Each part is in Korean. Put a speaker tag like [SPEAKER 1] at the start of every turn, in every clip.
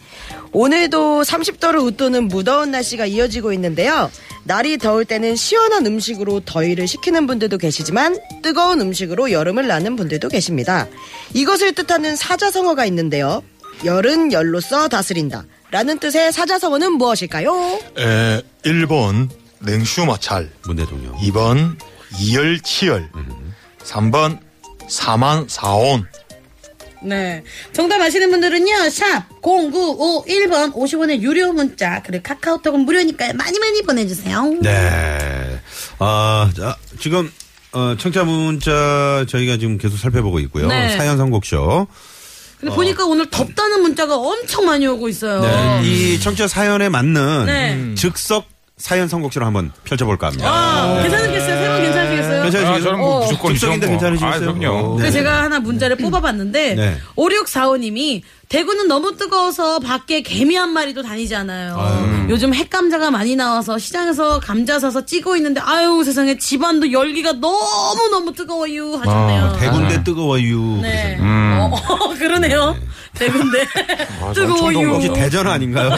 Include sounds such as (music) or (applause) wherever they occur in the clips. [SPEAKER 1] 오늘도 30도를 웃도는 무더운 날씨가 이어지고 있는데요. 날이 더울 때는 시원한 음식으로 더위를 식히는 분들도 계시지만 뜨거운 음식으로 여름을 나는 분들도 계십니다. 이것을 뜻하는 사자성어가 있는데요. 열은 열로써 다스린다. 라는 뜻의 사자성어는 무엇일까요?
[SPEAKER 2] 에, 1번 냉슈마찰
[SPEAKER 3] 문 대통령.
[SPEAKER 2] 2번 이열치열 3번 사만사온
[SPEAKER 4] 네. 정답 아시는 분들은요, 샵 0951번 50원의 유료 문자, 그리고 카카오톡은 무료니까요. 많이 많이 보내주세요.
[SPEAKER 3] 네. 아, 자, 지금, 어, 청자 문자 저희가 지금 계속 살펴보고 있고요.
[SPEAKER 4] 네.
[SPEAKER 3] 사연 선곡쇼.
[SPEAKER 4] 근데 보니까 오늘 덥다는 문자가 엄청 많이 오고 있어요.
[SPEAKER 3] 네. 이 청자 사연에 맞는
[SPEAKER 4] 네.
[SPEAKER 3] 음. 즉석 사연 선곡쇼를 한번 펼쳐볼까 합니다.
[SPEAKER 4] 아, 괜찮으시겠어요? 세분 괜찮으시겠어요?
[SPEAKER 3] 괜찮으시겠어요?
[SPEAKER 5] 아, 저는 뭐
[SPEAKER 3] 어.
[SPEAKER 5] 무조건
[SPEAKER 3] 즉석인데
[SPEAKER 5] 이런 거.
[SPEAKER 3] 괜찮으시겠어요?
[SPEAKER 5] 아, 그럼요.
[SPEAKER 3] 네.
[SPEAKER 4] 그래서 제가 하나 문자를 뽑아봤는데
[SPEAKER 3] 네.
[SPEAKER 4] 5645님이 대구는 너무 뜨거워서 밖에 개미 한 마리도 다니잖아요. 요즘 핵감자가 많이 나와서 시장에서 감자 사서 찌고 있는데 아유 세상에 집안도 열기가 너무 너무 뜨거워요 하셨네요.
[SPEAKER 3] 아, 대군데
[SPEAKER 5] 아.
[SPEAKER 3] 뜨거워요.
[SPEAKER 4] 네. 어, (laughs) 그러네요. 대구인데 뜨거워요.
[SPEAKER 3] 혹시 대전 아닌가요?
[SPEAKER 5] 네.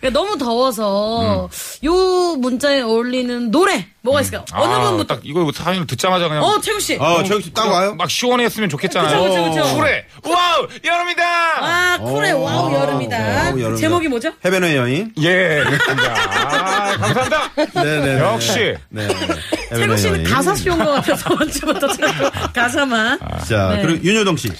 [SPEAKER 4] 그러니까 너무 더워서 요 문자에 어울리는 노래 뭐가 있을까요? 어느
[SPEAKER 5] 아,
[SPEAKER 4] 분부터?
[SPEAKER 5] 딱 이거 사연을 듣자마자 그냥
[SPEAKER 4] 어 최국 씨.
[SPEAKER 3] 아, 저기 딱 와요?
[SPEAKER 5] 막 시원했으면 좋겠잖아요.
[SPEAKER 4] 그쵸, 그쵸, 그쵸.
[SPEAKER 5] 쿨해. 와우 여름이다.
[SPEAKER 4] 아 쿨해 와우 여름이다.
[SPEAKER 3] 와우, 여름이다.
[SPEAKER 4] 제목이 뭐죠?
[SPEAKER 3] 해변의 여인.
[SPEAKER 5] 예. 그렇습니다. 아, 감사합니다.
[SPEAKER 3] 네네.
[SPEAKER 5] 역시.
[SPEAKER 3] 네.
[SPEAKER 4] 최국
[SPEAKER 3] 해변의
[SPEAKER 4] 씨는
[SPEAKER 3] 여인.
[SPEAKER 4] 가사 쉬운 것 같아서 언제부터 자꾸 가사만.
[SPEAKER 3] 자,
[SPEAKER 4] 네.
[SPEAKER 3] 그리고 윤여동 씨.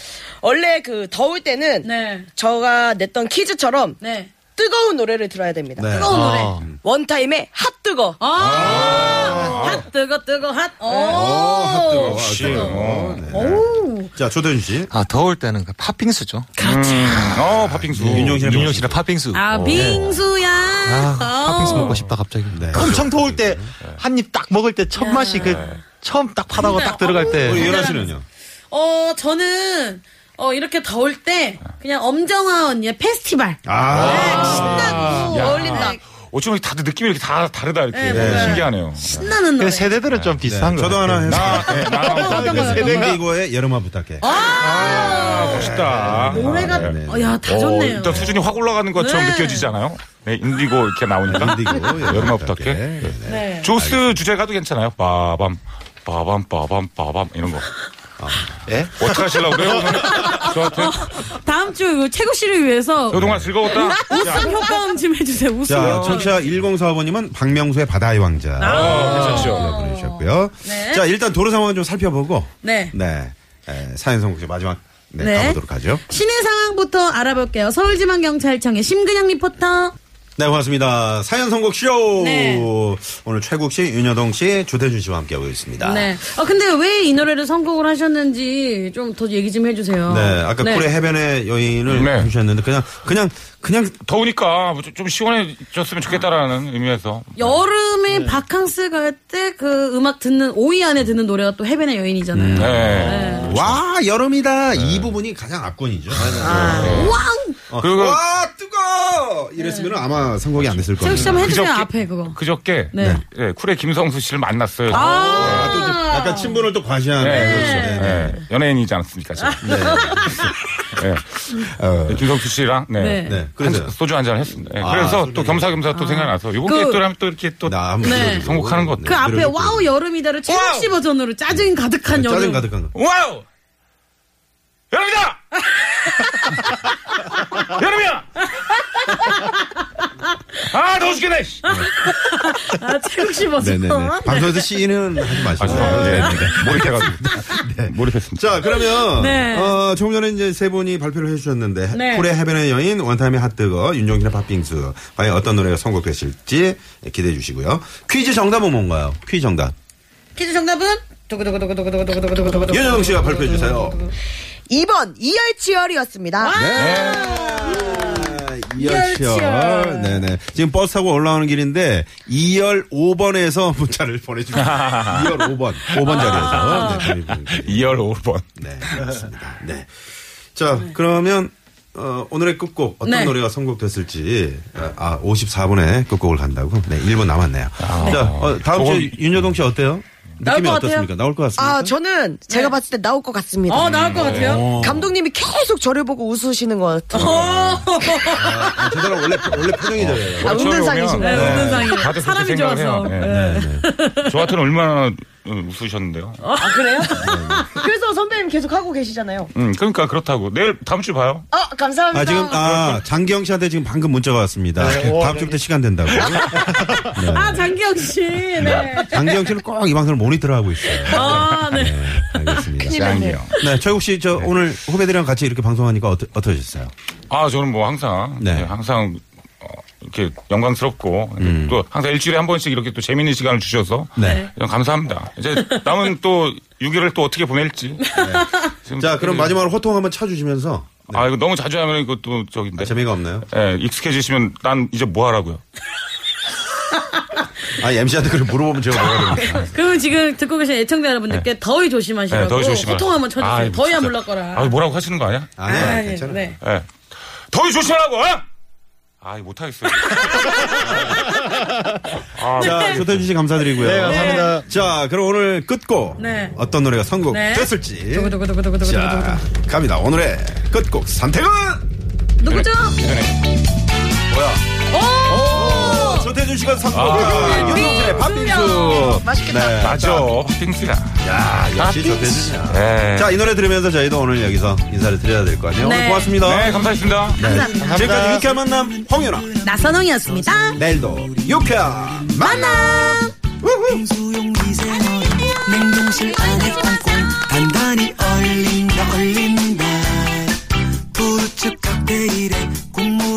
[SPEAKER 1] 원래 그 더울 때는
[SPEAKER 4] 네.
[SPEAKER 1] 저가 냈던 퀴즈처럼
[SPEAKER 4] 네.
[SPEAKER 1] 뜨거운 노래를 들어야 됩니다.
[SPEAKER 3] 네.
[SPEAKER 4] 뜨거운 노래.
[SPEAKER 1] 원타임의 핫 뜨거.
[SPEAKER 4] 아, 핫 뜨거 뜨거 핫. 오.
[SPEAKER 3] 역시. 어, 네. 자, 조대윤 씨.
[SPEAKER 2] 아 더울 때는 그 팥빙수죠
[SPEAKER 5] 어 팥빙수.
[SPEAKER 3] 윤용 씨랑
[SPEAKER 2] 윤영 씨랑 팥빙수
[SPEAKER 4] 아
[SPEAKER 2] 어.
[SPEAKER 4] 빙수야.
[SPEAKER 2] 아, 팥빙수
[SPEAKER 4] 어.
[SPEAKER 2] 먹고 싶다 갑자기
[SPEAKER 3] 네.
[SPEAKER 2] 엄청 더울 때 한 입 딱 먹을 때 첫 맛이 그 처음 딱 파다고 딱 들어갈
[SPEAKER 3] 우리
[SPEAKER 4] 네.
[SPEAKER 2] 때
[SPEAKER 3] 연아 씨는요?
[SPEAKER 4] 어, 저는 어 이렇게 더울 때 그냥 엄정화 언니의 페스티벌.
[SPEAKER 3] 아,
[SPEAKER 4] 신나고 어울린다.
[SPEAKER 5] 어쩜 이렇게 다들 느낌이 이렇게 다 다르다 이렇게
[SPEAKER 4] 네, 뭔가
[SPEAKER 5] 신기하네요.
[SPEAKER 4] 신나는 노래.
[SPEAKER 2] 그 세대들은 좀 비슷한 거
[SPEAKER 3] 저도 하나 해서.
[SPEAKER 5] 나, 네, 나
[SPEAKER 4] 어떤 거요?
[SPEAKER 3] 인디고의 여름아 부탁해.
[SPEAKER 5] 아, 멋있다.
[SPEAKER 4] 노래가
[SPEAKER 3] 네, 네.
[SPEAKER 4] 어, 야, 다
[SPEAKER 5] 어,
[SPEAKER 4] 좋네요.
[SPEAKER 5] 일단 수준이 확 올라가는 것처럼
[SPEAKER 4] 네.
[SPEAKER 5] 느껴지잖아요. 네, 인디고 이렇게 나오니까.
[SPEAKER 3] 인디고
[SPEAKER 5] 여름아 부탁해.
[SPEAKER 3] 네.
[SPEAKER 4] 네.
[SPEAKER 5] 조스 주제가도 괜찮아요. 빠밤, 빠밤, 빠밤, 빠밤 이런 거.
[SPEAKER 3] 아.
[SPEAKER 2] 예?
[SPEAKER 5] 어떻게 하시려고
[SPEAKER 4] (laughs)
[SPEAKER 5] 그래요? 오늘? 저한테
[SPEAKER 4] 다음 주그 최국 씨를 위해서
[SPEAKER 5] 그동안 즐거웠다.
[SPEAKER 4] 웃음 효과음 좀 해주세요. 웃음.
[SPEAKER 3] 자,
[SPEAKER 4] 효과음.
[SPEAKER 3] 청취자 1045번님은 박명수의 바다의 왕자. 네,
[SPEAKER 5] 괜찮죠.
[SPEAKER 3] 보내주셨고요.
[SPEAKER 4] 아. 네.
[SPEAKER 3] 자, 일단 도로 상황을 좀 살펴보고.
[SPEAKER 4] 네.
[SPEAKER 3] 네. 에, 사연 선곡제 마지막. 네,
[SPEAKER 4] 네.
[SPEAKER 3] 가보도록 하죠.
[SPEAKER 4] 시내 상황부터 알아볼게요. 서울지방경찰청의 심근양 리포터.
[SPEAKER 3] 네, 고맙습니다. 사연 선곡 쇼.
[SPEAKER 4] 네.
[SPEAKER 3] 오늘 최국 씨, 윤여동 씨, 조태준 씨와 함께하고 있습니다.
[SPEAKER 4] 네. 아 근데 왜 이 노래를 선곡을 하셨는지 좀 더 얘기 좀 해주세요.
[SPEAKER 3] 네, 아까 쿨의 해변의 여인을
[SPEAKER 5] 네.
[SPEAKER 3] 해주셨는데 그냥 그냥 그냥
[SPEAKER 5] 더우니까 뭐좀 시원해졌으면 좋겠다라는 의미에서.
[SPEAKER 4] 여름에
[SPEAKER 3] 네.
[SPEAKER 4] 바캉스 갈 때 그 음악 듣는 5위 안에 듣는 노래가 또 해변의 여인이잖아요.
[SPEAKER 3] 음.
[SPEAKER 5] 네.
[SPEAKER 3] 와 여름이다 이 부분이 가장 압권이죠.
[SPEAKER 4] 아. 왕.
[SPEAKER 3] 어,
[SPEAKER 5] 그리고-
[SPEAKER 3] 와 뜨거
[SPEAKER 4] 네.
[SPEAKER 3] 이랬으면 아마 선곡이 안 됐을 거예요.
[SPEAKER 4] 최욱 씨 한번 해주세요
[SPEAKER 5] 그저께-
[SPEAKER 4] 앞에 그거.
[SPEAKER 5] 그저께
[SPEAKER 4] 네.
[SPEAKER 5] 네, 쿨의 김성수 씨를 만났어요.
[SPEAKER 4] 아.
[SPEAKER 3] 아, 또 이제 약간 친분을 또 과시하는.
[SPEAKER 5] 네,
[SPEAKER 3] 네.
[SPEAKER 5] 그렇죠. 네, 연예인이지 않습니까? 지금. (laughs) 네. 네, 김성수 씨랑 네.
[SPEAKER 4] 네.
[SPEAKER 3] 어. 네,
[SPEAKER 5] 한
[SPEAKER 3] 그래서
[SPEAKER 5] 잔- 소주 한 잔 했습니다. 네,
[SPEAKER 3] 아,
[SPEAKER 5] 그래서
[SPEAKER 3] 소주
[SPEAKER 5] 또 겸사겸사 또 생각나서 이번
[SPEAKER 4] 그-
[SPEAKER 5] 기회에 또 하면 또 이렇게 또
[SPEAKER 3] 나 한번
[SPEAKER 4] 네.
[SPEAKER 3] 들어주고.
[SPEAKER 5] 선곡하는 것.
[SPEAKER 3] 네,
[SPEAKER 4] 그 앞에
[SPEAKER 3] 들어주고.
[SPEAKER 4] 와우 여름이다를 최욱 씨 버전으로 짜증 가득한 여름.
[SPEAKER 3] 네, 짜증 가득한 거.
[SPEAKER 5] 와우! 여름이다! 여름이야! 아, 더워 죽겠네! 씨.
[SPEAKER 4] 아, 최욱 씨 버전. 네,
[SPEAKER 3] 네,
[SPEAKER 4] 아,
[SPEAKER 3] 네네네. 방송에서 시인은 하지 마시고.
[SPEAKER 5] 아, 죄송합니다. 네, 네, 네. 몰입해가지고. 몰입했습니다.
[SPEAKER 3] 네. 자, 그러면
[SPEAKER 4] 네.
[SPEAKER 3] 어, 조금 전에 이제 세 분이 발표를 해주셨는데
[SPEAKER 4] 네.
[SPEAKER 3] 쿨의 해변의 여인, 원타임의 핫뜨거, 윤종신의 팥빙수 과연 어떤 노래가 선곡되실지 기대해 주시고요. 퀴즈 정답은 뭔가요? 퀴즈 정답.
[SPEAKER 4] 퀴즈 정답은 두구두구두구두구두구두구두구두구.
[SPEAKER 3] 윤여동 씨가 발표해 주세요.
[SPEAKER 1] 2번 이열치열이었습니다.
[SPEAKER 3] 아, 네. 이열치열. 네네. 지금 버스 타고 올라오는 길인데 2열 5번에서 (laughs) 문자를 보내주세요. 2열 5번. 5번 자리에서. 네, 보내주세요.
[SPEAKER 5] 2열 5번.
[SPEAKER 4] (laughs)
[SPEAKER 3] 네, 그렇습니다. 네. 자, 그러면 어, 오늘의 끝곡 어떤
[SPEAKER 4] 네.
[SPEAKER 3] 노래가 선곡됐을지 아, 아 54분에 끝곡을 간다고. 네, 1분 남았네요. 자, 어, 다음 주에
[SPEAKER 5] 저건-
[SPEAKER 3] 윤여동 씨 어때요?
[SPEAKER 4] 아, 나올
[SPEAKER 3] 느낌이
[SPEAKER 4] 것 같아요?
[SPEAKER 3] 어떻습니까? 나올 것 같습니까?
[SPEAKER 1] 아, 저는 제가 봤을 때 나올 것 같습니다.
[SPEAKER 4] 어, 나올 것 같아요.
[SPEAKER 1] 감독님이 계속 저를 보고 웃으시는 것 같아요.
[SPEAKER 3] 아, 저 사람 원래 원래 표정이
[SPEAKER 4] 어.
[SPEAKER 3] 저래요.
[SPEAKER 1] 아, 웃는 상이신가요?
[SPEAKER 4] 네, 웃는 상이에요.
[SPEAKER 5] 다들 그렇게
[SPEAKER 4] 사람이
[SPEAKER 5] 생각을 해요.
[SPEAKER 4] 좋아서.
[SPEAKER 5] 네. 저한테는 얼마나 어, 웃으셨는데요.
[SPEAKER 1] 아, 그래요? 그래서 선배님 계속 하고 계시잖아요.
[SPEAKER 5] 음, 그러니까 그렇다고. 내일 다음 주 봐요.
[SPEAKER 1] 아, 감사합니다.
[SPEAKER 3] 아 지금 아 장기영 씨한테 지금 방금 문자가 왔습니다.
[SPEAKER 4] 네, 어,
[SPEAKER 3] 다음 주부터 시간 된다고.
[SPEAKER 4] 아, 장기영 씨. 네.
[SPEAKER 3] 장기영 씨는 꼭 이 방송을 모니터를 하고 있어요.
[SPEAKER 4] 아, 네.
[SPEAKER 3] 네, 알겠습니다.
[SPEAKER 5] 짱이요.
[SPEAKER 3] 네, 최국 씨 저 오늘 후배들이랑 같이 이렇게 방송하니까 어떠, 어떠셨어요?
[SPEAKER 5] 아, 저는 뭐 항상
[SPEAKER 3] 네.
[SPEAKER 5] 예, 항상 어, 이렇게 영광스럽고 또 항상 일주일에 한 번씩 이렇게 또 재밌는 시간을 주셔서
[SPEAKER 3] 음. 네.
[SPEAKER 5] 그냥 감사합니다. 이제 남은 또 6일을 또 어떻게 보낼지. 네.
[SPEAKER 3] 네.
[SPEAKER 5] 지금
[SPEAKER 3] 자, 그럼
[SPEAKER 5] 예.
[SPEAKER 4] 네.
[SPEAKER 3] 마지막으로 호통 한번 쳐주시면서
[SPEAKER 5] 아 이거 너무 자주 하면 이거 또 저기인데.
[SPEAKER 3] 아, 재미가 없나요?
[SPEAKER 5] 예, 익숙해지시면 난 이제 뭐 하라고요?
[SPEAKER 3] 아, MC한테 그걸 물어보면 제가 뭐가 됩니까?
[SPEAKER 4] 그러면 지금 듣고 계신 애청자
[SPEAKER 3] 네.
[SPEAKER 4] 여러분들께 더위
[SPEAKER 5] 예,
[SPEAKER 4] 조심하시라고.
[SPEAKER 5] 더위 조심하라.
[SPEAKER 4] 고통 한번 쳐주세요.
[SPEAKER 5] 아이,
[SPEAKER 4] 더위야
[SPEAKER 5] 진짜.
[SPEAKER 4] 물렀거라.
[SPEAKER 5] 아, 뭐라고 하시는 거 아니야?
[SPEAKER 3] 아니,
[SPEAKER 4] 아,
[SPEAKER 3] 아니,
[SPEAKER 4] 예,
[SPEAKER 3] 괜찮아요.
[SPEAKER 4] 네.
[SPEAKER 5] 예. 더위 조심하라고. 어? 아, 못 하겠어요. 아,
[SPEAKER 4] 네.
[SPEAKER 3] 자, 조태준 씨 감사드리고요.
[SPEAKER 2] 네, 감사합니다.
[SPEAKER 3] 자, 그럼 오늘 끝곡
[SPEAKER 4] 네.
[SPEAKER 3] 어떤 노래가
[SPEAKER 4] 네.
[SPEAKER 3] 선곡됐을지
[SPEAKER 4] 두구두구두구두구두구두구.
[SPEAKER 3] 예. 자, 갑니다. 오늘의 끝곡 선택은
[SPEAKER 4] 누구죠?
[SPEAKER 3] 뭐야?
[SPEAKER 4] 오!
[SPEAKER 3] 조태준 씨가 선곡한 윤동진의 밥빙수.
[SPEAKER 1] 맛있겠다.
[SPEAKER 3] 네.
[SPEAKER 5] 맞아. 팥빙수야.
[SPEAKER 3] 야, 역시
[SPEAKER 5] 밥빙수.
[SPEAKER 3] 조태준 씨.
[SPEAKER 5] 예.
[SPEAKER 3] 자, 이 노래 들으면서 저희도 오늘 여기서 인사를 드려야 될 거 아니에요? 오늘
[SPEAKER 4] 네.
[SPEAKER 3] 고맙습니다.
[SPEAKER 5] 네, 감사했습니다.
[SPEAKER 3] 지금까지 유쾌한 만남 홍윤아.
[SPEAKER 4] 나선홍이었습니다.
[SPEAKER 3] 내일도 유쾌한 만남. 우후.
[SPEAKER 6] 수용기 생활 냉동실 안에 꽁꽁 단단히 얼린다 얼린다 부르츠 칵테일에 국물